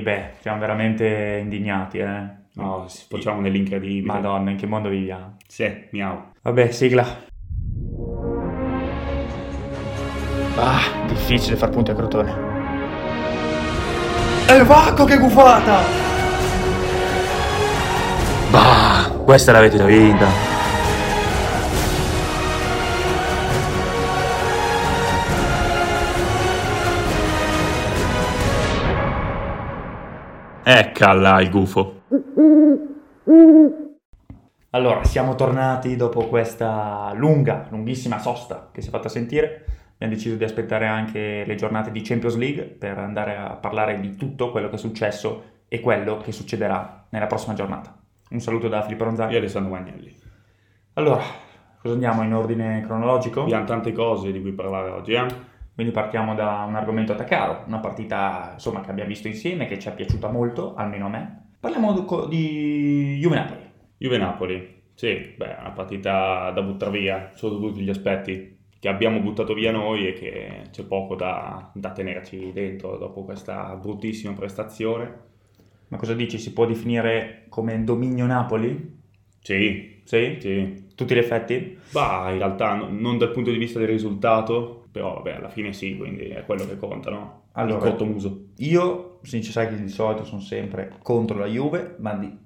beh, siamo veramente indignati, eh. No, facciamo nell'incredibile. Madonna, in che mondo viviamo? Sì, miau. Vabbè, sigla. Ah, difficile far punti a Crotone. E vacco che gufata! Bah, questa l'avete già vinta. Eccala il gufo. Allora, siamo tornati dopo questa lunga, lunghissima sosta che si è fatta sentire. Abbiamo deciso di aspettare anche le giornate di Champions League per andare a parlare di tutto quello che è successo e quello che succederà nella prossima giornata. Un saluto da Filippo Ronzani. Io Alessandro Magnelli. Allora, cosa andiamo in ordine cronologico? Abbiamo tante cose di cui parlare oggi, eh? Quindi partiamo da un argomento a te caro, una partita insomma, che abbiamo visto insieme, che ci è piaciuta molto, almeno a me. Parliamo di co- di Juve Napoli. Juve-Napoli. Sì, beh, una partita da buttare via sotto tutti gli aspetti che abbiamo buttato via noi e che c'è poco da, da tenerci dentro dopo questa bruttissima prestazione. Ma cosa dici? Si può definire come dominio Napoli? Sì, Sì? sì. Tutti gli effetti? Bah, in realtà no- non dal punto di vista del risultato, però vabbè, alla fine sì, quindi è quello che conta, no? Allora- il corto muso. Io, sì, sai che di solito sono sempre contro la Juve, ma di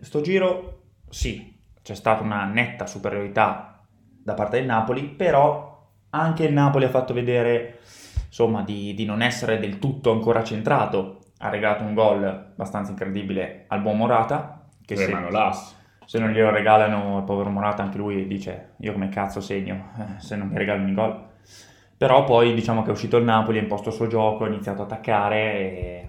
sto giro sì, c'è stata una netta superiorità da parte del Napoli, però anche il Napoli ha fatto vedere, insomma, di, di non essere del tutto ancora centrato. Ha regalato un gol abbastanza incredibile al buon Morata, che se, Remano l'as. se non glielo regalano il povero Morata anche lui dice io come cazzo segno eh, se non mi regalano i gol. Però poi diciamo che è uscito il Napoli, ha imposto il suo gioco, ha iniziato a attaccare e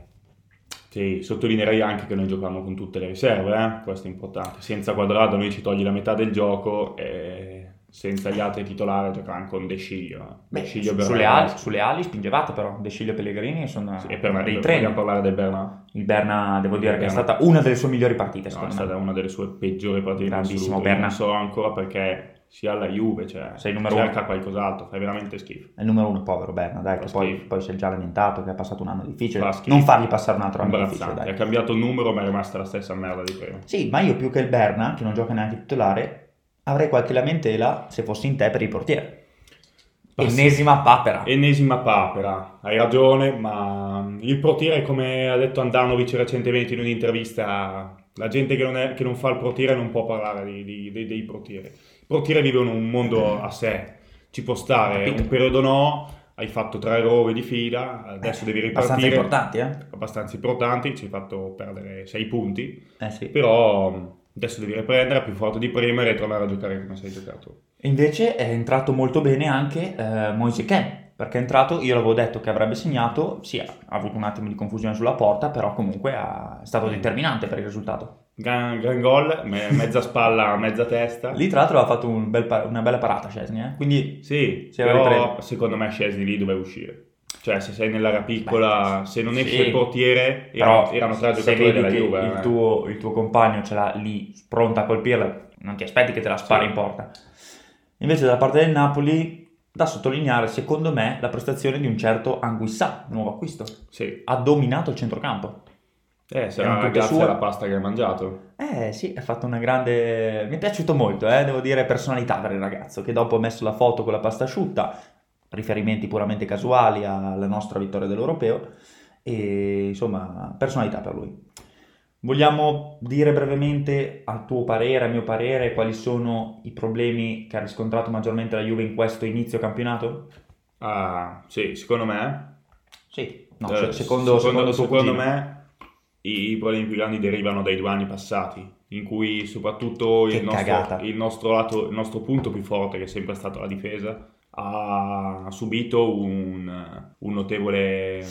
Sì, sottolineerei anche che noi giocavamo con tutte le riserve, eh? questo è importante. Senza quadrato noi ci togli la metà del gioco e senza gli altri titolari giocavamo con De Sciglio. eh. Beh, De Sciglio su- Bernard. sulle, ali, sulle ali spingevate però, De Sciglio e Pellegrini sono Sì, e per me dei vogliamo treni. parlare del Bernard. Il Berna, devo dire che è Berna. stata una delle sue migliori partite, No, è secondo me. stata una delle sue peggiori partite in Grandissimo assoluto. Io Bernard. Non so ancora perché sia la Juve, cioè, Sei il numero cerca qualcos'altro, fai veramente schifo. È il numero uno, povero Berna, dai, che Fa poi, schifo. poi si è già lamentato che ha passato un anno difficile. Fa schifo. Non fargli passare un altro anno difficile, Imbarazzante. Ha dai. cambiato il numero ma è rimasta la stessa merda di prima. Sì, ma io più che il Berna, che non gioca neanche titolare, avrei qualche lamentela se fossi in te per il portiere. Basta. Ennesima papera. Ennesima papera, hai ragione, ma il portiere, come ha detto Andanovic recentemente in un'intervista, la gente che non, è- che non fa il portiere non può parlare di- di- dei, dei portieri. I portieri vivono un mondo a sé, ci può stare, Capito. un periodo no, hai fatto tre errori di fila, adesso devi Eh, Abbastanza ripartire. importanti, eh? abbastanza importanti, ci hai fatto perdere sei punti, Eh sì. però adesso devi riprendere più forte di prima e ritornare a giocare come sei giocato. Invece è entrato molto bene anche eh, Moise Ken, perché è entrato, io l'avevo detto che avrebbe segnato, sì, ha ha avuto un attimo di confusione sulla porta, però comunque ha- è stato determinante per il risultato. Gran, gran gol, me- mezza spalla, mezza testa. Lì tra l'altro ha fatto un bel pa- una bella parata Scesni, eh? quindi Sì, Si era però ripreso. secondo me Scesni lì doveva uscire. Cioè, se sei nell'area piccola, se non esce sì. il portiere, però era- erano tre se giocatori vedi della che Juve. il, eh. tuo, il tuo compagno ce l'ha lì pronta a colpirla, non ti aspetti che te la spari Sì. in porta. Invece da parte del Napoli, da sottolineare secondo me la prestazione di un certo Anguissà, nuovo acquisto, Sì, ha dominato il centrocampo. eh, Erano sarà tutte grazie sue. alla pasta che hai mangiato. Eh sì, ha fatto una grande... mi è piaciuto molto, eh, devo dire, personalità per il ragazzo, che dopo ha messo la foto con la pasta asciutta, riferimenti puramente casuali alla nostra vittoria dell'Europeo, e insomma, personalità per lui. Vogliamo dire brevemente, a tuo parere, a mio parere, quali sono i problemi che ha riscontrato maggiormente la Juve in questo inizio campionato? Ah, sì, secondo me... Sì, no, eh, se- secondo, secondo, tuo secondo cugino. me i, i problemi più grandi derivano dai due anni passati, in cui soprattutto Che il nostro, cagata. il nostro lato, il nostro punto più forte, che è sempre stato la difesa, ha subito un, un notevole eh,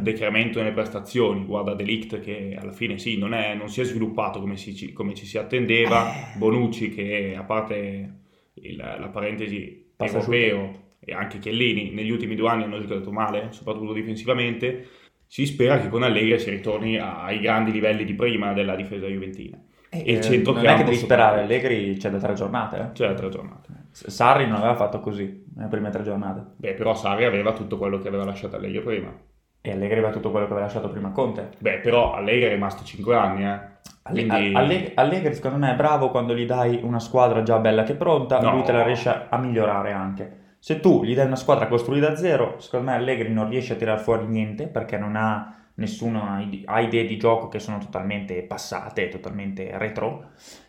decremento nelle prestazioni. Guarda Delict che alla fine sì, non, è- non si è sviluppato come, si- come ci si attendeva. Eh. Bonucci che a parte il- la parentesi Passa europeo e anche Chiellini negli ultimi due anni hanno giocato male, soprattutto difensivamente. Si spera che con Allegri si ritorni ai grandi livelli di prima della difesa juventina. Eh, il centrocampo Non è che devi sperare, soprattutto. Allegri c'è da tre giornate, eh. C'è cioè la tre giornate. S- Sarri non aveva fatto così nelle prime tre giornate. Beh, però Sarri aveva tutto quello che aveva lasciato Allegri prima. E Allegri aveva tutto quello che aveva lasciato prima a Conte. Beh, però Allegri è rimasto 5 anni, eh. Alle- Quindi- a- Alleg- Allegri secondo me è bravo quando gli dai una squadra già bella che è pronta, No. lui te la riesce a migliorare anche. Se tu gli dai una squadra costruita da zero, secondo me Allegri non riesce a tirar fuori niente perché non ha nessuna ide- ha idee di gioco che sono totalmente passate, totalmente retro.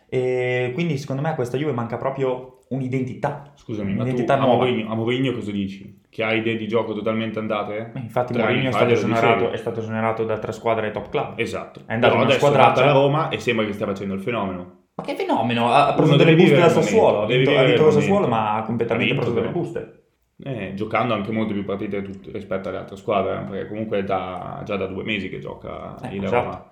E quindi secondo me a questa Juve manca proprio un'identità. Scusami, ma tu Identità a nuova. Mourinho, a Mourinho cosa dici? Che ha idee di gioco totalmente andate? Infatti Tre Mourinho anni è fa stato, glielo esonerato, dicevi. è stato esonerato da tre squadre top club. Esatto. È andato Però in una adesso è squadraccia. andato a Roma e sembra che stia facendo il fenomeno. Ma che fenomeno! Ha ha preso Uno delle deve buste vivere dal il Sassuolo, ha momento, deve vinto, ha vivere vinto il il Sassuolo momento. ma ha completamente Ha vinto, preso delle però. buste. Eh, giocando anche molte più partite tut- rispetto alle altre squadre, eh, perché comunque è da- già da due mesi che gioca Eh, il esatto. Roma.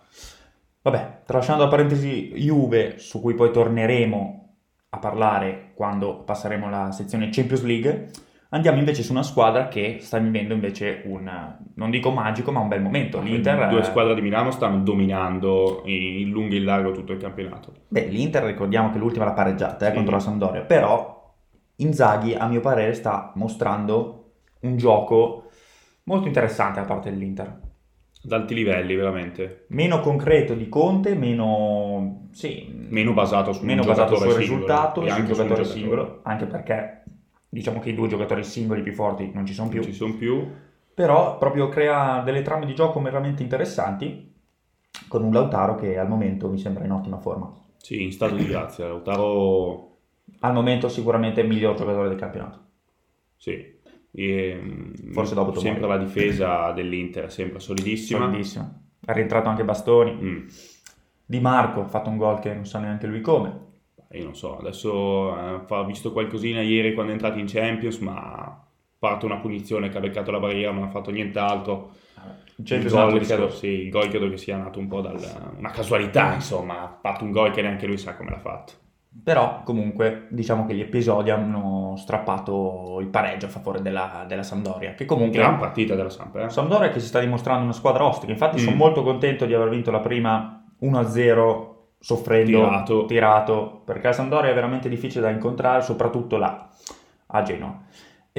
Vabbè, tralasciando la parentesi Juve, su cui poi torneremo a parlare quando passeremo la sezione Champions League, andiamo invece su una squadra che sta vivendo invece un, non dico magico, ma un bel momento. L'Inter, Ah, Due eh, squadre di Milano stanno dominando in lungo e in largo tutto il campionato. Beh, l'Inter ricordiamo che l'ultima l'ha pareggiata eh, Sì. contro la Sampdoria, però Inzaghi a mio parere sta mostrando un gioco molto interessante da parte dell'Inter. Ad alti livelli, veramente. Meno concreto di Conte, meno... sì, Meno basato su un meno basato sul giocatore singolo risultato e e sul anche su un giocatore giocatore. singolo, anche perché diciamo che i due giocatori singoli più forti non ci sono Non più, ci sono più. però proprio crea delle trame di gioco veramente interessanti con un Lautaro che al momento mi sembra in ottima forma. Sì, in stato di grazia. Lautaro Al momento sicuramente il miglior giocatore del campionato. Sì. E, mm, Forse dopo Tomori. sempre la difesa dell'Inter, è sempre solidissima. Solidissimo. È rientrato anche Bastoni. Mm, Di Marco ha fatto un gol che non sa neanche lui come. Io non so, adesso eh, fa- ha visto qualcosina ieri quando è entrato in Champions, ma parte una punizione che ha beccato la barriera, non ha fatto nient'altro. Il Champions gol, League, credo, sì. sì, il gol credo che sia nato un po' da una casualità, insomma, ha fatto un gol che neanche lui sa come l'ha fatto. Però comunque diciamo che gli episodi hanno strappato il pareggio a favore della, della Sampdoria, che comunque Gran partita della Sampa, eh. Sampdoria che si sta dimostrando una squadra ostica, infatti Mm. sono molto contento di aver vinto la prima 1-0 soffrendo, Tirato. tirato, perché la Sampdoria è veramente difficile da incontrare, soprattutto là, a Genoa.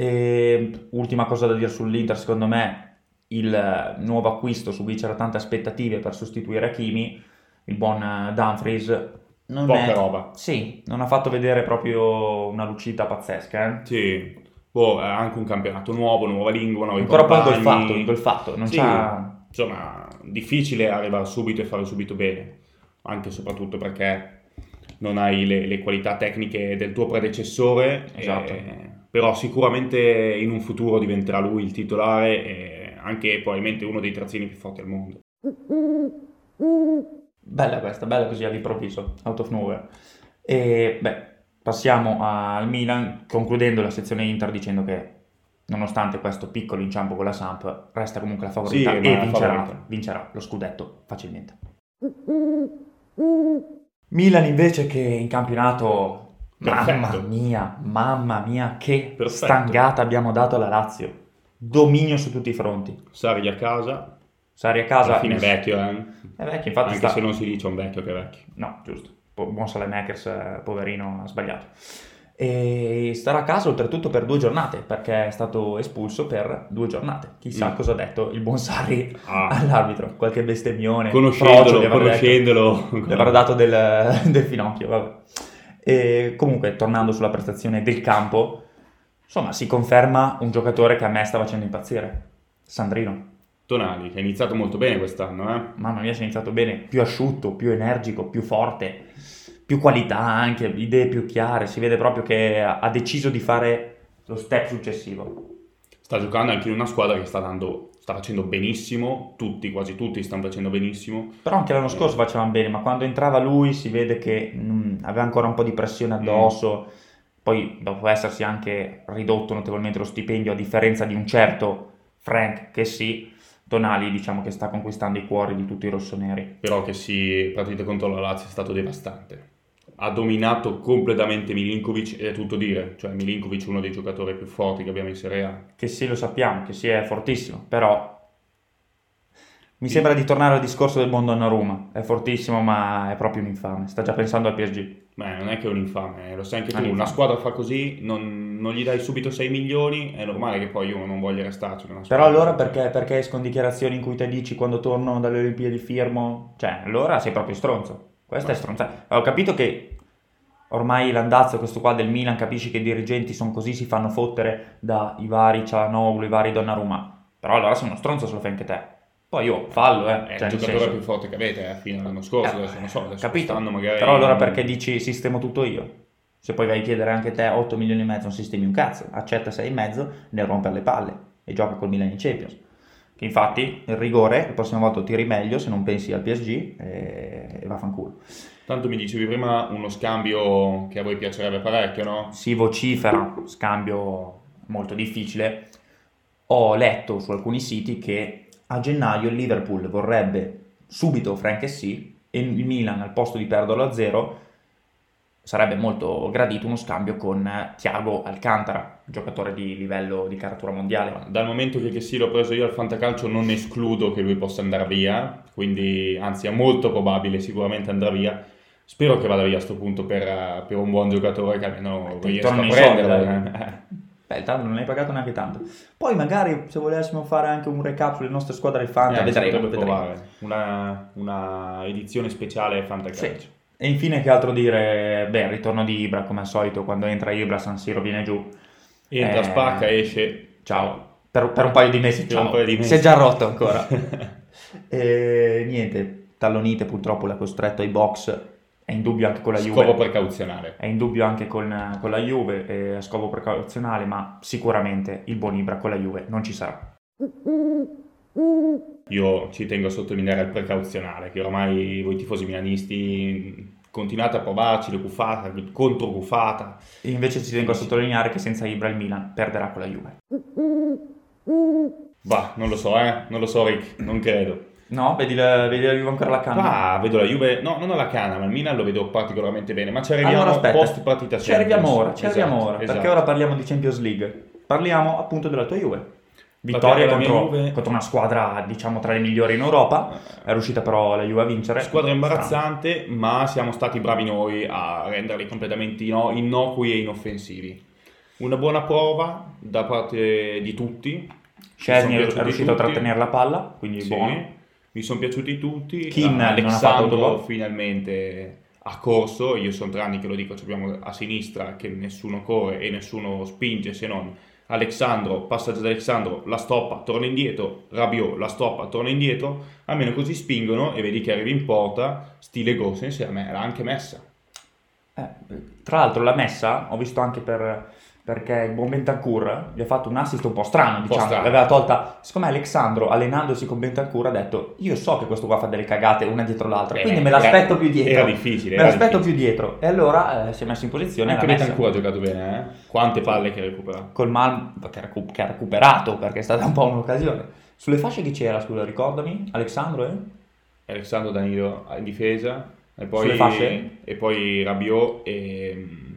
E, ultima cosa da dire sull'Inter, secondo me il eh, nuovo acquisto su cui c'era tante aspettative per sostituire Hakimi, il buon eh, Dumfries, non Poca è- roba. Sì, non ha fatto vedere proprio una lucita pazzesca, eh. Sì. Boh, eh, anche un campionato nuovo, nuova lingua, nuovi Ancora poi col fatto, compagni. col fatto, non Sì. c'ha... insomma, difficile arrivare subito e fare subito bene, anche e soprattutto perché non hai le, le qualità tecniche del tuo predecessore, Esatto. eh, però sicuramente in un futuro diventerà lui il titolare e anche probabilmente uno dei trazzini più forti al mondo. Bella questa, bella così all'improvviso, out of nowhere. E beh, passiamo al Milan, concludendo la sezione Inter dicendo che nonostante questo piccolo inciampo con la Samp, resta comunque la favorita Sì, ma e la vincerà, favorita. vincerà lo scudetto facilmente. Milan invece che in campionato, mamma Perfetto. mia, mamma mia, che Perfetto. stangata abbiamo dato alla Lazio. Dominio su tutti i fronti. Sarri a casa, Sari a casa... alla fine è vecchio, eh? È vecchio, infatti anche sta- se non si dice un vecchio che è vecchio. No, giusto. Po- Buon Saelemaekers, eh, poverino, ha sbagliato. E starà a casa oltretutto per due giornate, perché è stato espulso per due giornate. Chissà Mm. cosa ha detto il buon Sarri Ah, all'arbitro, qualche bestemmione. frocio gli conoscendolo, avrà conoscendolo, detto. Gli avrà dato del, del finocchio, vabbè. E comunque, tornando sulla prestazione del campo, insomma, si conferma un giocatore che a me sta facendo impazzire. Sandrino. Tonali, che ha iniziato molto bene quest'anno, eh? Mamma mia, si è iniziato bene, più asciutto, più energico, più forte, più qualità anche, idee più chiare, si vede proprio che ha ha deciso di fare lo step successivo. sta giocando anche in una squadra che sta dando sta facendo benissimo tutti quasi tutti stanno facendo benissimo Però anche l'anno scorso facevano bene, ma quando entrava lui si vede che mm, aveva ancora un po' di pressione addosso, poi dopo essersi anche ridotto notevolmente lo stipendio, a differenza di un certo Frank che sì, Tonali diciamo che sta conquistando i cuori di tutti i rossoneri. però che si partita contro la Lazio è stato devastante ha dominato completamente Milinkovic ed è tutto dire cioè Milinkovic è uno dei giocatori più forti che abbiamo in Serie A che sì, lo sappiamo, che sì, è fortissimo, però mi sembra di tornare al discorso del buon Donnarumma, è fortissimo ma è proprio un infame, sta già pensando al PSG. ma non è che è un infame eh, lo sai anche tu Ah, infame. una squadra fa così non, non gli dai subito 6 milioni, è normale che poi uno non voglia restarci. nella Però squadra. allora perché, perché escono dichiarazioni in cui te dici quando torno dalle Olimpiadi firmo? Cioè, allora sei proprio stronzo. Questa è stronzata. Ho capito che ormai l'andazzo questo qua del Milan, capisci che i dirigenti sono così, si fanno fottere dai vari Cialanoglu, i vari Donnarumma. Però allora sei uno stronzo se lo fai anche te. Poi io fallo, eh. È Cioè, il nel giocatore senso- più forte che avete eh, fino all'anno scorso, Eh, adesso non so, adesso capito. quest'anno magari... Però allora perché dici sistemo tutto io? Se poi vai a chiedere anche te 8 milioni e mezzo, non sistemi un cazzo, accetta 6 e mezzo, ne rompe le palle e gioca col Milan in Champions. Che infatti il rigore, la prossima volta lo tiri meglio se non pensi al PSG eh, e, e vaffanculo. Tanto mi dicevi prima uno scambio che a voi piacerebbe parecchio, no? Si vocifera, scambio molto difficile. Ho letto su alcuni siti che a gennaio il Liverpool vorrebbe subito Frank sì e il Milan al posto di perderlo a zero sarebbe molto gradito uno scambio con eh, Thiago Alcantara, giocatore di livello di caratura mondiale. Dal momento che, che sì l'ho preso io al fantacalcio non escludo che lui possa andare via, quindi anzi è molto probabile sicuramente andrà via. Spero che vada via a sto punto per, eh, per un buon giocatore che almeno Ti riesca a tornano i soldi, prenderlo. eh. Beh, tanto non hai pagato neanche tanto. Poi magari se volessimo fare anche un recap sulle nostre squadre fan, Eh, vedremo, potrebbe vedremo. provare. Una, una edizione speciale fantacalcio. Sì. E infine che altro dire? Beh, il ritorno di Ibra, come al solito, quando entra Ibra San Siro viene giù. Entra, Eh, spacca, esce. Ciao. Per, per un paio di mesi, Per un ciao. paio di mesi. Si è già rotto ancora. e niente, Tallonite purtroppo l'ha costretto ai box, è in dubbio anche con la Juve. Scopo precauzionale. È in dubbio anche con, con la Juve, eh, a scopo precauzionale, ma sicuramente il buon Ibra con la Juve non ci sarà. Io ci tengo a sottolineare il precauzionale, che ormai voi tifosi milanisti continuate a provarci, le cuffate, le controcuffata. Invece ci tengo a sottolineare che senza Ibra il Milan perderà con la Juve. Bah, non lo so, eh, non lo so Rick, non credo. No, vedi la, vedi la Juve ancora la canna. Qua vedo la Juve, no, non ho la cana, ma il Milan lo vedo particolarmente bene, ma ci arriviamo Allora aspetta, post partita ci arriviamo Champions. ora, ci arriviamo Esatto, ora, esatto. perché ora parliamo di Champions League. Parliamo appunto della tua Juve. Vittoria Parliamo della contro, mia Juve. contro una squadra, diciamo, tra le migliori in Europa. È riuscita però la Juve a vincere. Squadra imbarazzante, ma siamo stati bravi noi a renderli completamente inno- innocui e inoffensivi. Una buona prova da parte di tutti. Scesni Mi sono è piaciuti riuscito a tutti. trattenere la palla, quindi Sì. buono. Mi sono piaciuti tutti. Kin Ah, non ha fatto Alexandro autogol. finalmente ha corso. Io sono tre anni che lo dico, ci abbiamo a sinistra che nessuno corre e nessuno spinge se non Alexandro, passaggio ad Alexandro, la stoppa, torna indietro, Rabiot, la stoppa, torna indietro, almeno così spingono e vedi che arrivi in porta, stile Gosens e a me l'ha anche messa. Eh, tra l'altro la messa, ho visto anche per, perché il buon Bentancur gli ha fatto un assist un po' strano, diciamo, strano. l'aveva tolta. Siccome Alexandro, allenandosi con Bentancur, ha detto io so che questo qua fa delle cagate una dietro l'altra, quindi Eh, me l'aspetto era- più dietro. Era difficile. Me era l'aspetto difficile. più dietro. E allora eh, si è messo in posizione e Anche l'ha messa. Betancourt ha giocato bene, eh? Quante palle che recupera. Col Malm che ha recu- che ha recuperato perché è stata un po' un'occasione. Sulle fasce chi c'era, scusa, ricordami? Alessandro, eh? Alessandro Danilo in difesa Sulle e poi, fasce? e poi Rabiot e mm,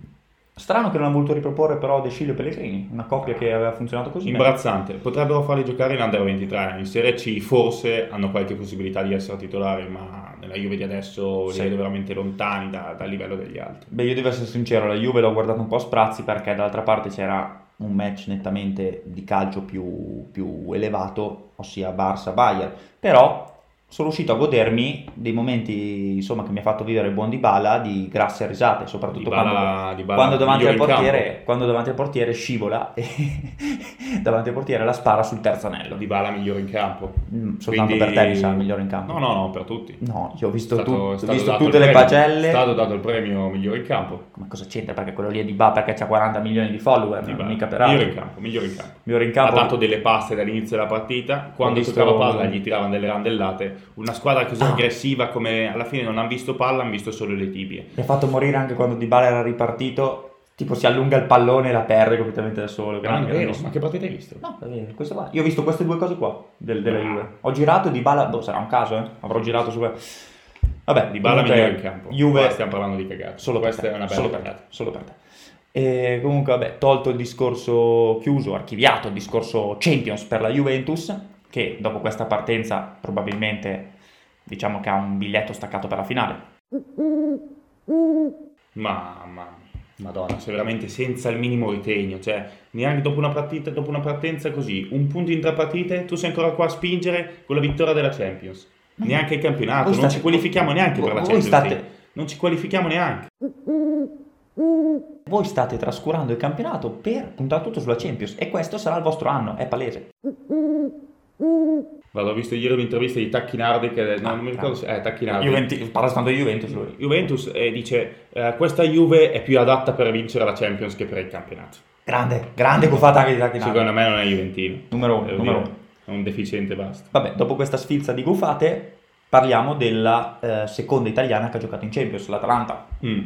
Strano che non ha voluto riproporre però De Sciglio e Pellegrini, una coppia che aveva funzionato così. bene. imbarazzante potrebbero farli giocare in under 23 in Serie C forse hanno qualche possibilità di essere titolari ma nella Juve di adesso Sì. li vedo veramente lontani da- dal livello degli altri Beh, io devo essere sincero, la Juve l'ho guardata un po' a sprazzi perché dall'altra parte c'era un match nettamente di calcio più, più elevato, ossia Barça-Bayern. Però sono riuscito a godermi dei momenti, insomma, che mi ha fatto vivere il buon Dybala di grasse risate, soprattutto quando... Dybala- Dybala quando davanti, al migliore in campo. portiere, quando davanti al portiere scivola e davanti al portiere la spara sul terzo anello. Dybala migliore in campo Mm, Soltanto Quindi- per te mi sa il migliore in campo. no no no per tutti No, io ho È visto, stato- tu- è ho stato visto dato il tutte le premio- pagelle. è stato dato il premio migliore in campo Ma cosa c'entra? Perché quello lì è di Ba perché c'ha 40 milioni di follower, non Dybala. mica per altro. migliore in campo migliore in campo Migliore in campo. ha dato delle paste dall'inizio della partita. Quando Ho visto- toccava palla gli tiravano delle randellate. Una squadra così Ah. aggressiva come alla fine non hanno visto palla, hanno visto solo le tibie. Mi ha fatto morire anche quando Di Bala era ripartito. Tipo si allunga il pallone e la perde completamente da solo. Grande, ma grandissimo. che partita hai visto? No, è vero, questo qua. Io ho visto queste due cose qua del- della Ah. Juve. Ho girato Di Bala, boh, sarà un caso, eh. Avrò girato su Vabbè, Di balla comunque, migliore in campo. Juve Qua stiamo parlando di cagate. solo per Questa te, è una bella solo per te, cagata. solo per te. E comunque, vabbè, tolto il discorso chiuso, archiviato il discorso Champions per la Juventus, che dopo questa partenza probabilmente diciamo che ha un biglietto staccato per la finale. Ma, ma Madonna. Cioè, veramente senza il minimo ritegno. Cioè, neanche dopo una partita, dopo una partenza così, un punto in tre partite, tu sei ancora qua a spingere con la vittoria della Champions. Neanche il Mm. campionato, Voi Ah, non state- ci qualifichiamo neanche per la voi Champions. state- League. Non ci qualifichiamo neanche. Voi state trascurando il campionato per puntare tutto sulla Champions e questo sarà il vostro anno, è palese. Vado, ho visto ieri un'intervista di Tacchinardi che Ah, non, non mi ricordo se eh, Tacchinardi. Juventi- parla tanto di Juventus lui. Juventus eh, dice eh, questa Juve è più adatta per vincere la Champions che per il campionato. Grande, grande buffata anche di Secondo Tacchinardi. me non è Juventino. Esatto. Numero uno, Devo numero dire, uno. È un deficiente basta. Vabbè, dopo questa sfilza di gufate parliamo della eh, seconda italiana che ha giocato in Champions, l'Atalanta. Mm.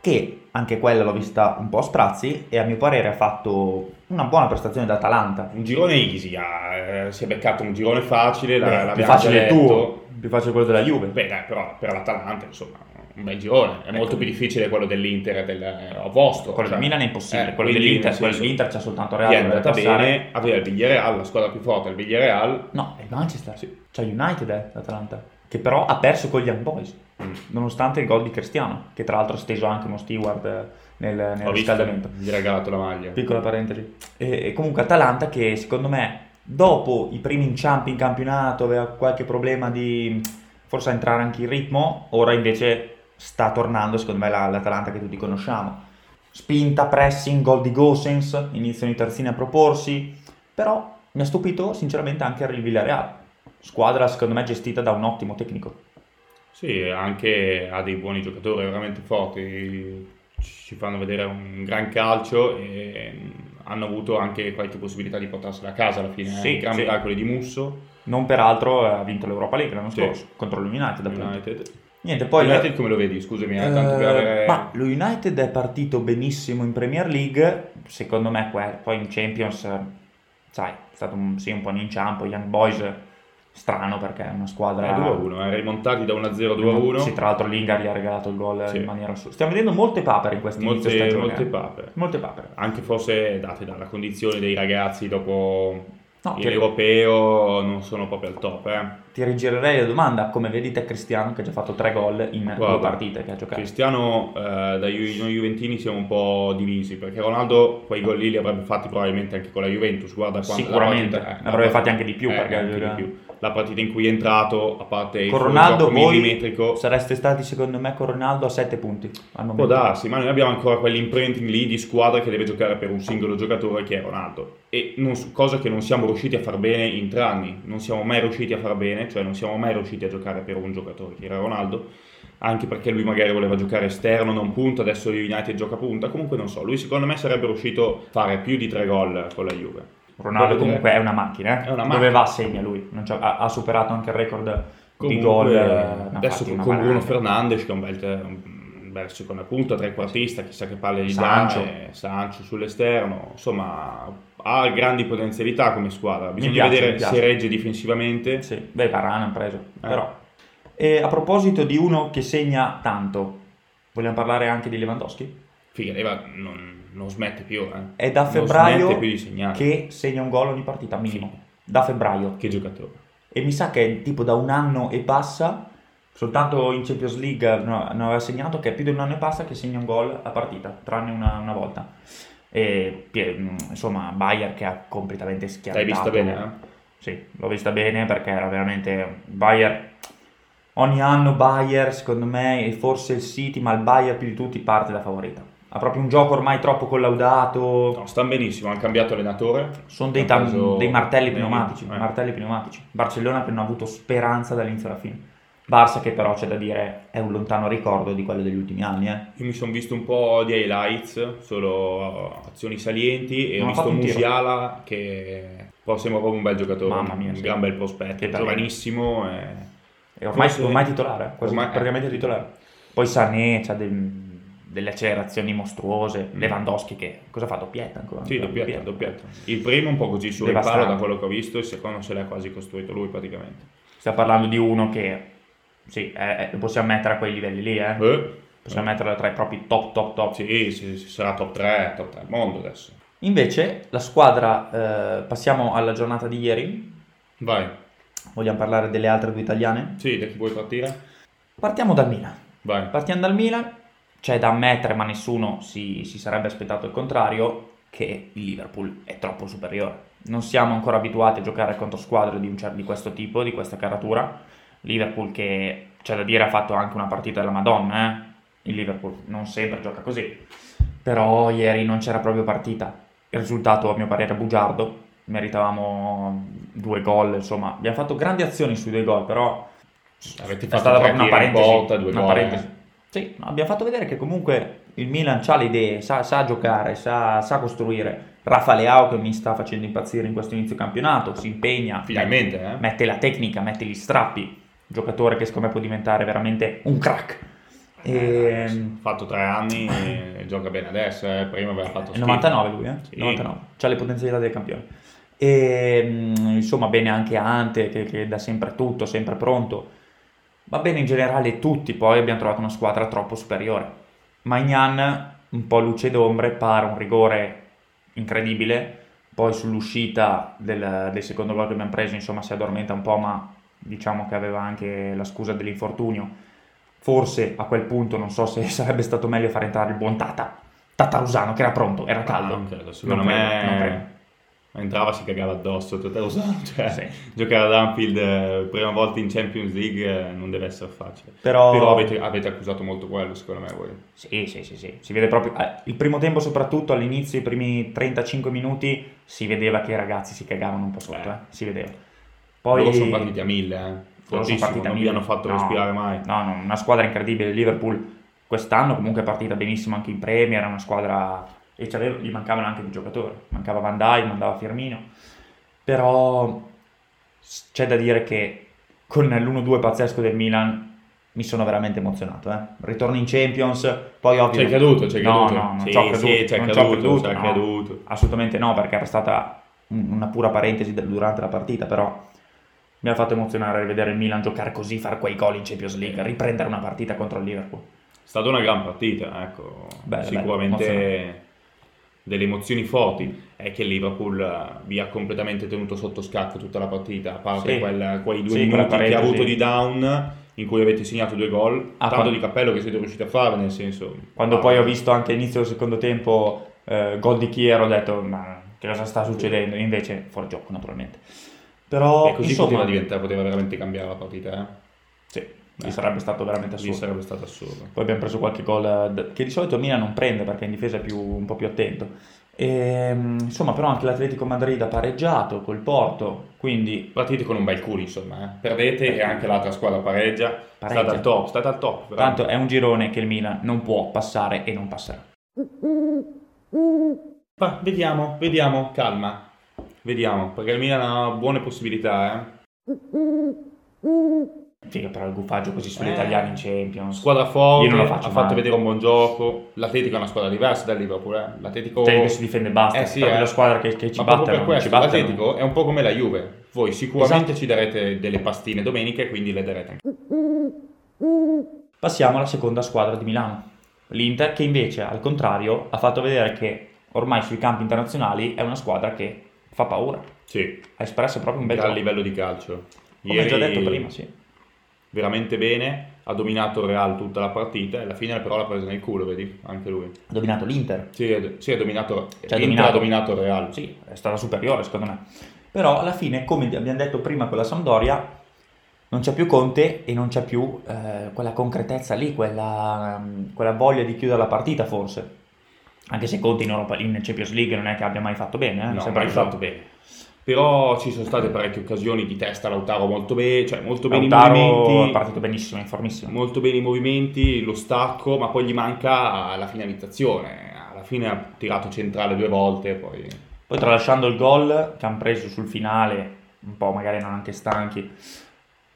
che anche quella l'ho vista un po' a sprazzi e a mio parere ha fatto una buona prestazione da Atalanta. Un girone easy, ha- eh, si è beccato un girone facile, la, Beh, l'abbiamo più già facile il detto. tuo, più facile quello della Juve. Beh dai, però per l'Atalanta insomma un bel girone, è molto più difficile quello dell'Inter e del eh, vostro. Ecco. quello cioè, del Milan è impossibile, eh, quello quindi, dell'Inter, nel quello senso, dell'Inter c'è soltanto gli Real. è deve andata passare. bene, aveva il Villarreal, la squadra più forte, il Villarreal, No, è il Manchester, Sì. c'è United eh, l'Atalanta, che però ha perso con gli Young Boys, Mm. nonostante il gol di Cristiano, che tra l'altro ha steso anche uno steward eh, nel, nel ho visto, riscaldamento. gli ha regalato la maglia. Piccola parentesi. E, e comunque Atalanta che secondo me dopo i primi inciampi in campionato aveva qualche problema di forse a entrare anche in ritmo, ora invece sta tornando secondo me la- l'Atalanta che tutti conosciamo. Spinta, pressing, gol di Gosens, iniziano i terzini a proporsi, però mi ha stupito sinceramente anche il Villarreal, squadra secondo me gestita da un ottimo tecnico. Sì, anche ha dei buoni giocatori veramente forti, ci fanno vedere un gran calcio e mm, hanno avuto anche qualche possibilità di portarsela a casa alla fine, eh. Sì, gran sì. miracolo di Musso. Non peraltro eh, ha vinto l'Europa League l'anno Sì. scorso contro lo United appunto. United. Niente, poi Poi United come lo vedi? Scusami, eh, tanto per Eh, avere... Ma lo United è partito benissimo in Premier League, secondo me que- poi in Champions, eh, sai, è stato un, sì, un po' un inciampo, Young Boys, eh, strano perché è una Eh, squadra... 2-1, eh, rimontati da 1-0 2-1. Sì, tra l'altro Lingard gli ha regalato il gol eh, Sì. in maniera assurda. Stiamo vedendo molte papere in questo inizio molte, stagione. molte eh. papere. Molte papere. Anche forse date dalla condizione dei ragazzi dopo No, ti, l'europeo non sono proprio al top. Eh. ti rigirerei la domanda, come vedete Cristiano che ha già fatto tre gol in due Guarda, partite che ha giocato. Cristiano, eh, da Ju- noi Juventini siamo un po' divisi perché Ronaldo quei gol lì li avrebbe fatti probabilmente anche con la Juventus. Guarda quando- Sicuramente, la partita- eh, ne avrebbe la fatti partita- anche di più eh, perché anche di era- più. La partita in cui è entrato, a parte il Con fuorigioco Ronaldo voi millimetrico, sareste stati secondo me con Ronaldo a 7 punti al Può momento. darsi, ma noi abbiamo ancora quell'imprinting lì di squadra che deve giocare per un singolo giocatore che è Ronaldo. E non s- cosa che non siamo riusciti a far bene in tre anni. Non siamo mai riusciti a far bene, cioè non siamo mai riusciti a giocare per un giocatore che era Ronaldo. Anche perché lui magari voleva giocare esterno, non punta, adesso lo United gioca punta. Comunque non so, lui secondo me sarebbe riuscito a fare più di tre gol con la Juve. Ronaldo Voglio dire- comunque è una macchina, eh. È una dove macchina. va segna lui, Non c'ha- ha, ha superato anche il record di Comunque, gol. eh, ne ha adesso fatti con, una con Bruno valanga. Fernandes che è un bel, te- un bel secondo punta, trequartista, chissà che palle gli Sancho. dà, eh, Sancho sull'esterno, insomma ha grandi potenzialità come squadra, bisogna piace, mi vedere piace. se regge difensivamente. Sì, beh, Varane ha preso, Eh. però. E a proposito di uno che segna tanto, vogliamo parlare anche di Lewandowski? Figa, Leva non, non smette più, eh. È da Non febbraio smette più di segnare. che segna un gol ogni partita, minimo. Sì. Da febbraio. Che giocatore. E mi sa che tipo da un anno e passa, soltanto in Champions League no, non aveva segnato, che è più di un anno e passa che segna un gol a partita, tranne una, una volta. E, pie- mh, insomma, Bayer che ha completamente schiacciato. L'hai vista bene, eh? Sì, l'ho vista bene perché era veramente Bayer. Ogni anno Bayer, secondo me, e forse il City, ma il Bayer più di tutti parte da favorita. Ha proprio un gioco ormai troppo collaudato. No, stanno benissimo, hanno cambiato allenatore. Sono dei, Ha tam- preso- dei martelli eh, pneumatici, eh. martelli pneumatici. Barcellona che non ha avuto speranza dall'inizio alla fine. Barça che però c'è da dire è un lontano ricordo di quello degli ultimi anni. Eh. Io mi sono visto un po' di highlights, solo azioni salienti e Non ha ho visto fatto un tiro. Musiala che però sembra proprio un bel giocatore, Mamma mia, un sì. gran bel Che prospetto, talento. giovanissimo eh. e- È ormai, Forse- ormai titolare, quasi ormai- praticamente titolare. Poi Sané ha delle accelerazioni mostruose. Mm. Lewandowski che cosa ha fatto? Doppietta ancora? Sì, doppietta, doppietta. Il primo un po' così sul Devastante. riparo da quello che ho visto, il secondo se l'ha quasi costruito lui praticamente. Stiamo parlando di uno che sì, è- è- lo possiamo mettere a quei livelli lì, eh. Eh, Possiamo metterlo tra i propri top, top, top. sì, sì, sì, sarà top 3, top 3 al mondo adesso. Invece la squadra, eh, passiamo alla giornata di ieri. Vai, Vogliamo parlare delle altre due italiane? sì, da chi vuoi partire? Partiamo dal Milan. Vai. Partiamo dal Milan c'è da ammettere, ma nessuno si, si sarebbe aspettato il contrario, che il Liverpool è troppo superiore. Non siamo ancora abituati a giocare contro squadre di, un cer- di questo tipo, di questa caratura. Liverpool che, c'è da dire, ha fatto anche una partita della Madonna, eh? Il Liverpool non sempre gioca così. Però ieri non c'era proprio partita. Il risultato, a mio parere, bugiardo. Meritavamo due gol, insomma. Abbiamo fatto grandi azioni sui due gol, però... Avete è fatto stata tre proprio una tiri in parentesi. porta, due una gol, eh. parentesi. Sì, no, abbiamo fatto vedere che comunque il Milan ha le idee, sa, sa giocare, sa, sa costruire. Rafa Leao che mi sta facendo impazzire in questo inizio campionato, si impegna, Finalmente, eh? mette la tecnica, mette gli strappi. Giocatore che secondo me può diventare veramente un crack. Eh, Ehm, ha fatto tre anni e gioca bene adesso, eh. prima aveva fatto è schifo. 99 lui, eh? Sì. 99. C'ha le potenzialità del campione. E, mh, insomma, bene anche Ante, che, che dà sempre tutto, sempre pronto. Va bene in generale tutti, poi abbiamo trovato una squadra troppo superiore. Magnan, un po' luce ed ombre, para un rigore incredibile. Poi sull'uscita del, del secondo gol che abbiamo preso, insomma, si addormenta un po', ma diciamo che aveva anche la scusa dell'infortunio. Forse a quel punto non so se sarebbe stato meglio far entrare il buon Tata. Tatarusano, che era pronto, era Ah, caldo. non credo, secondo Non credo, non me credo. entrava si cagava addosso, tutto usato, cioè, giocare ad Anfield eh, prima volta in Champions League eh, non deve essere facile. Però, Però avete, avete accusato molto quello, secondo me voi. sì, sì, sì, sì, si vede proprio eh, il primo tempo soprattutto all'inizio, i primi 35 minuti si vedeva che i ragazzi si cagavano un po' sotto, Eh. eh, si vedeva. Poi Poi... Loro sono partiti a mille, eh. Fortissimo, partiti a non vi mille. hanno fatto No. respirare mai. No, no, una squadra incredibile. Il Liverpool quest'anno comunque è partita benissimo anche in Premier, era una squadra... e c'aveva- gli mancavano anche dei giocatori. Mancava Van Dijk, mancava Firmino. Però s- c'è da dire che con l'1-2 pazzesco del Milan mi sono veramente emozionato. Eh. Ritorno in Champions, poi ovvio... C'è creduto, Cioè, c'è No, creduto. no, non Sì, ci ho creduto, sì, c'è non ci ho creduto, creduto, c'è no. creduto. Assolutamente no, perché era stata un- una pura parentesi del- durante la partita, però mi ha fatto emozionare rivedere il Milan giocare così, fare quei gol in Champions League, riprendere una partita contro il Liverpool. È stata una gran partita, ecco, Bella, sicuramente bella, delle emozioni forti. È che il Liverpool eh, vi ha completamente tenuto sotto scacco tutta la partita, a parte Sì. quella- quei due Sì, quella minuti che ha parentesi. avuto di down in cui avete segnato due gol, Ah, tanto quando- di cappello che siete riusciti a fare, nel senso... Quando ah, poi ho visto anche all'inizio del secondo tempo eh, gol di Chier, ho detto ma che cosa sta succedendo? Invece fuori gioco naturalmente. Però E così insomma, poteva, diventare, poteva veramente cambiare la partita, sì, lì Eh. sarebbe stato eh? veramente Lì assurdo. sarebbe stato assurdo. Poi abbiamo preso qualche gol eh, d- che di solito il Milan non prende perché in difesa è più- un po' più attento. Ehm, insomma, però anche l'Atletico Madrid ha pareggiato col Porto, quindi Partite con un bel culo, insomma, eh. perdete e anche l'altra squadra pareggia, Pareggia. state al top, state al top. veramente. tanto è un girone che il Milan non può passare e non passerà. Ma vediamo, vediamo, calma. Vediamo, perché il Milan ha buone possibilità, eh. Figa però il gufaggio così sugli Eh. italiani in Champions. Squadra forte, Io non la ha faccio fatto mai. vedere un buon gioco. L'Atletico è una squadra diversa dal Liverpool, eh. L'Atletico... L'Atletico si difende e Cioè, basta, Eh sì, perché eh. la squadra che, che ci Ma proprio batte non per ci Esatto. questo, batte. l'Atletico è un po' come la Juve. Voi sicuramente ci darete delle pastine domenica e quindi le darete anche. Passiamo alla seconda squadra di Milano, l'Inter che invece al contrario ha fatto vedere che ormai sui campi internazionali è una squadra che fa paura. Sì, Ha espresso proprio un bel a gioco. livello di calcio. Esatto. Come già detto prima, sì. Veramente bene, ha dominato il Real tutta la partita e alla fine però l'ha presa nel culo, vedi? Anche lui. Ha dominato l'Inter. Sì, è, sì, è dominato, Cioè, ha l'Inter ha dominato. dominato il Real. Sì, è stata superiore secondo me. Però alla fine, come abbiamo detto prima con la Sampdoria, non c'è più Conte e non c'è più eh, quella concretezza lì, quella, mm, quella voglia di chiudere la partita forse. Anche se Conte in, Europa, in Champions League non è che abbia mai fatto bene, eh? No, sembra mai che- fatto bene. Però ci sono state parecchie occasioni di testa, Lautaro molto bene, cioè molto bene i Lautaro è movimenti, partito benissimo, in formissimo. molto bene i movimenti, lo stacco, ma poi gli manca la finalizzazione. Alla fine ha tirato centrale due volte, poi Poi tralasciando il gol che hanno preso sul finale, un po' magari erano anche stanchi,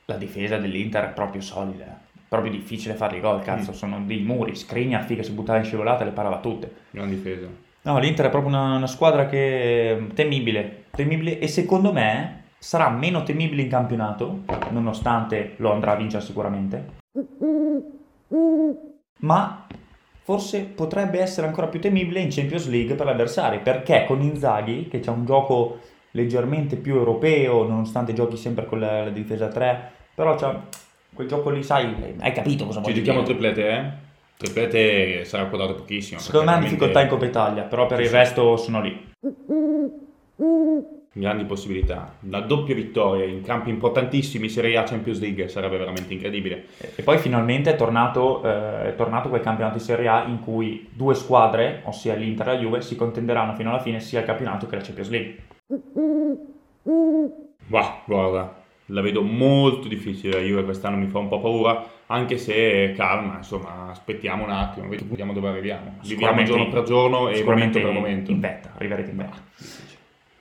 la difesa dell'Inter è proprio solida, eh. proprio difficile fare i gol, cazzo, Mm. sono dei muri, Skriniar, figa, si buttava in scivolata e le parava tutte. gran difesa. No, l'Inter è proprio una, una squadra che è temibile, temibile e secondo me sarà meno temibile in campionato, nonostante lo andrà a vincere sicuramente, ma forse potrebbe essere ancora più temibile in Champions League per l'avversario, perché con Inzaghi, che c'è un gioco leggermente più europeo, nonostante giochi sempre con la, la difesa 3, però c'è quel gioco lì, sai, hai capito cosa Ci voglio giochiamo dire. triplete, eh? Triplete sarà quotato pochissimo. Secondo me perché ha difficoltà in veramente Coppa Italia, però per Sì, il sì. resto sono lì. Grandi possibilità. La doppia vittoria in campi importantissimi, Serie A Champions League, sarebbe veramente incredibile. E poi finalmente è tornato, eh, è tornato quel campionato di Serie A in cui due squadre, ossia l'Inter e la Juve, si contenderanno fino alla fine sia il campionato che la Champions League. Bah, guarda, la vedo molto difficile la Juve quest'anno, mi fa un po' paura, anche se calma, insomma, aspettiamo un attimo, vediamo dove arriviamo. Viviamo Sicuramente- giorno per giorno e momento Sicuramente per momento. in vetta, arriverete in vetta. Difficile.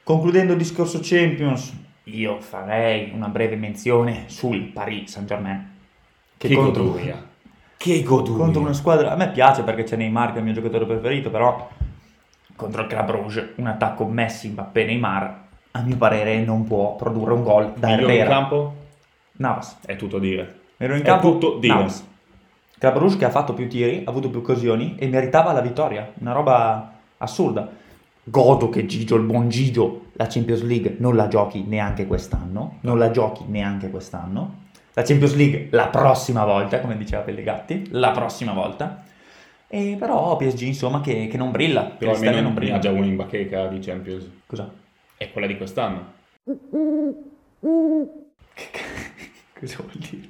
Concludendo il discorso Champions, io farei una breve menzione sul Paris Saint-Germain. Che goduria. Che goduria. contro una squadra a me piace perché c'è Neymar che è il mio giocatore preferito però contro il Club Rouge un attacco Messi, Mbappé, Neymar a mio parere non può produrre un gol da Migliore in Herrera campo? Navas È tutto a dire. ero in È campo tutto dire. Navas Club Rouge che ha fatto più tiri ha avuto più occasioni e meritava la vittoria una roba assurda godo che Gigio il buon Gigio la Champions League non la giochi neanche quest'anno non la giochi neanche quest'anno la Champions League la prossima volta, come diceva Pellegatti, la prossima volta. E però PSG, insomma, che, che non brilla, che Però le stelle almeno non ne brilla. ha già una in bacheca di Champions. Cosa? È quella di quest'anno. Che ca- Cosa vuol dire?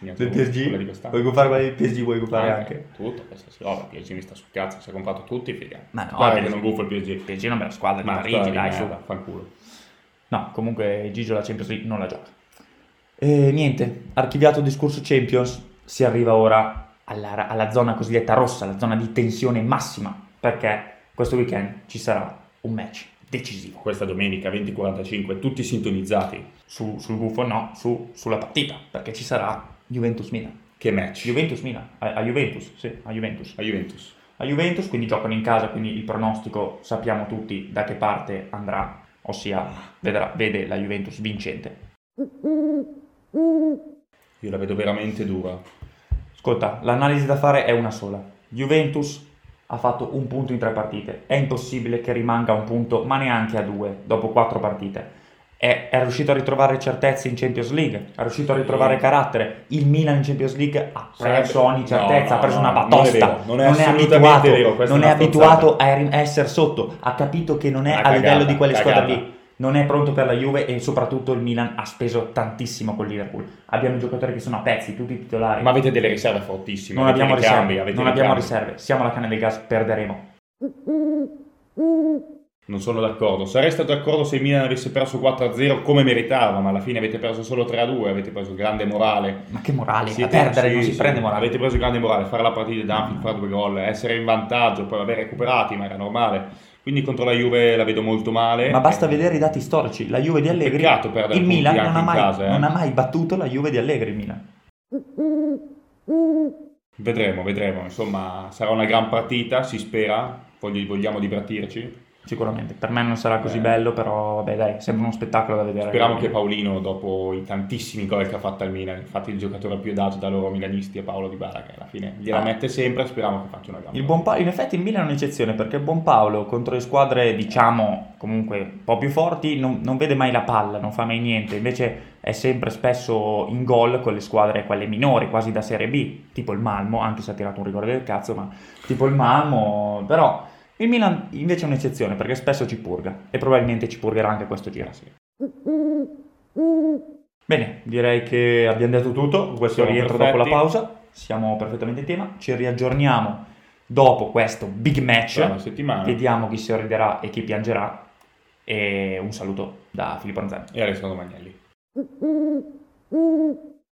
Ne ha già Del una, Quella di PSG? quest'anno. Ah, Vuoi comprare quella del PSG, vuoi comprare anche? Tutto, qualsiasi roba. Il PSG mi sta sul cazzo, si è comprato tutti, figa. Ma no, Guarda il che PSG non gufo il PSG. PSG è una bella squadra di Ma Parigi, dai, su. merda, fanculo. No, comunque Gigio la Champions League non la gioca. E niente, archiviato il discorso Champions, si arriva ora alla, alla zona cosiddetta rossa, la zona di tensione massima, perché questo weekend ci sarà un match decisivo. Questa domenica 20.45, tutti sintonizzati. Su- sul buffo no, su- sulla partita, perché ci sarà Juventus-Milan. Che match? Juventus-Milan, a, a Juventus, sì, a Juventus. A Juventus. A Juventus, quindi giocano in casa, quindi il pronostico sappiamo tutti da che parte andrà, ossia vedrà- vede la Juventus vincente. Io la vedo veramente dura. Ascolta, l'analisi da fare è una sola. Juventus ha fatto un punto in tre partite. È impossibile che rimanga a un punto, ma neanche a due, dopo quattro partite. È, è riuscito a ritrovare certezze in Champions League, è riuscito a ritrovare carattere. Il Milan in Champions League ha preso Sarebbe- ogni certezza, no, ha preso una no, no, batosta. non è vero, non è assolutamente vero, questa non è è una abituato a, ri- a essere sotto, ha capito che non è Una a livello cagata, di quelle squadre cagata. lì. Non è pronto per la Juve e soprattutto il Milan ha speso tantissimo con Liverpool. Abbiamo giocatori che sono a pezzi, tutti titolari. Ma avete delle riserve fortissime. Non avete abbiamo ricambi, riserve, avete non abbiamo ricambi. riserve, siamo la canna del gas, perderemo. Non sono d'accordo. Sarei stato d'accordo se il Milan avesse perso 4-0 come meritava, ma alla fine avete perso solo 3-2, avete preso grande morale. Ma che morale, Siete- a perdere sì, non si sì, prende morale. Avete preso grande morale, fare la partita da Anfield, fare due gol, essere in vantaggio, poi vabbè recuperati, ma era normale. Quindi contro la Juve la vedo molto male. Ma basta Eh, vedere i dati storici, la Juve di Allegri, Peccato perdere il punti Milan anche non ha, in mai, casa, eh. non ha mai battuto la Juve di Allegri, il Milan. Vedremo, vedremo. Insomma, sarà una gran partita, si spera. Voglio- vogliamo divertirci. Sicuramente, per me non sarà così Eh. bello, però vabbè dai, sembra uno spettacolo da vedere. Speriamo che Paolino, dopo i tantissimi gol che ha fatto al Milan, infatti il giocatore più dato da loro milanisti è Paolo Di Bala, che alla fine gliela Ah. mette sempre, speriamo che faccia una gran Il partita. buon Pa- in effetti il Milan è un'eccezione perché Buonpaolo contro le squadre diciamo comunque un po' più forti non, non vede mai la palla, non fa mai niente, invece è sempre spesso in gol con le squadre quelle minori, quasi da Serie B, tipo il Malmo, anche se ha tirato un rigore del cazzo, ma tipo il Malmo, però il Milan invece è un'eccezione perché spesso ci purga e probabilmente ci purgherà anche questo giro. Sì. Bene, direi che abbiamo detto tutto, questo Siamo rientro perfetti. dopo la pausa, siamo perfettamente in tema, ci riaggiorniamo dopo questo big match. Tra una settimana. Vediamo chi sorriderà e chi piangerà. E un saluto da Filippo Anzani. E Alessandro Magnelli. Mm-mm.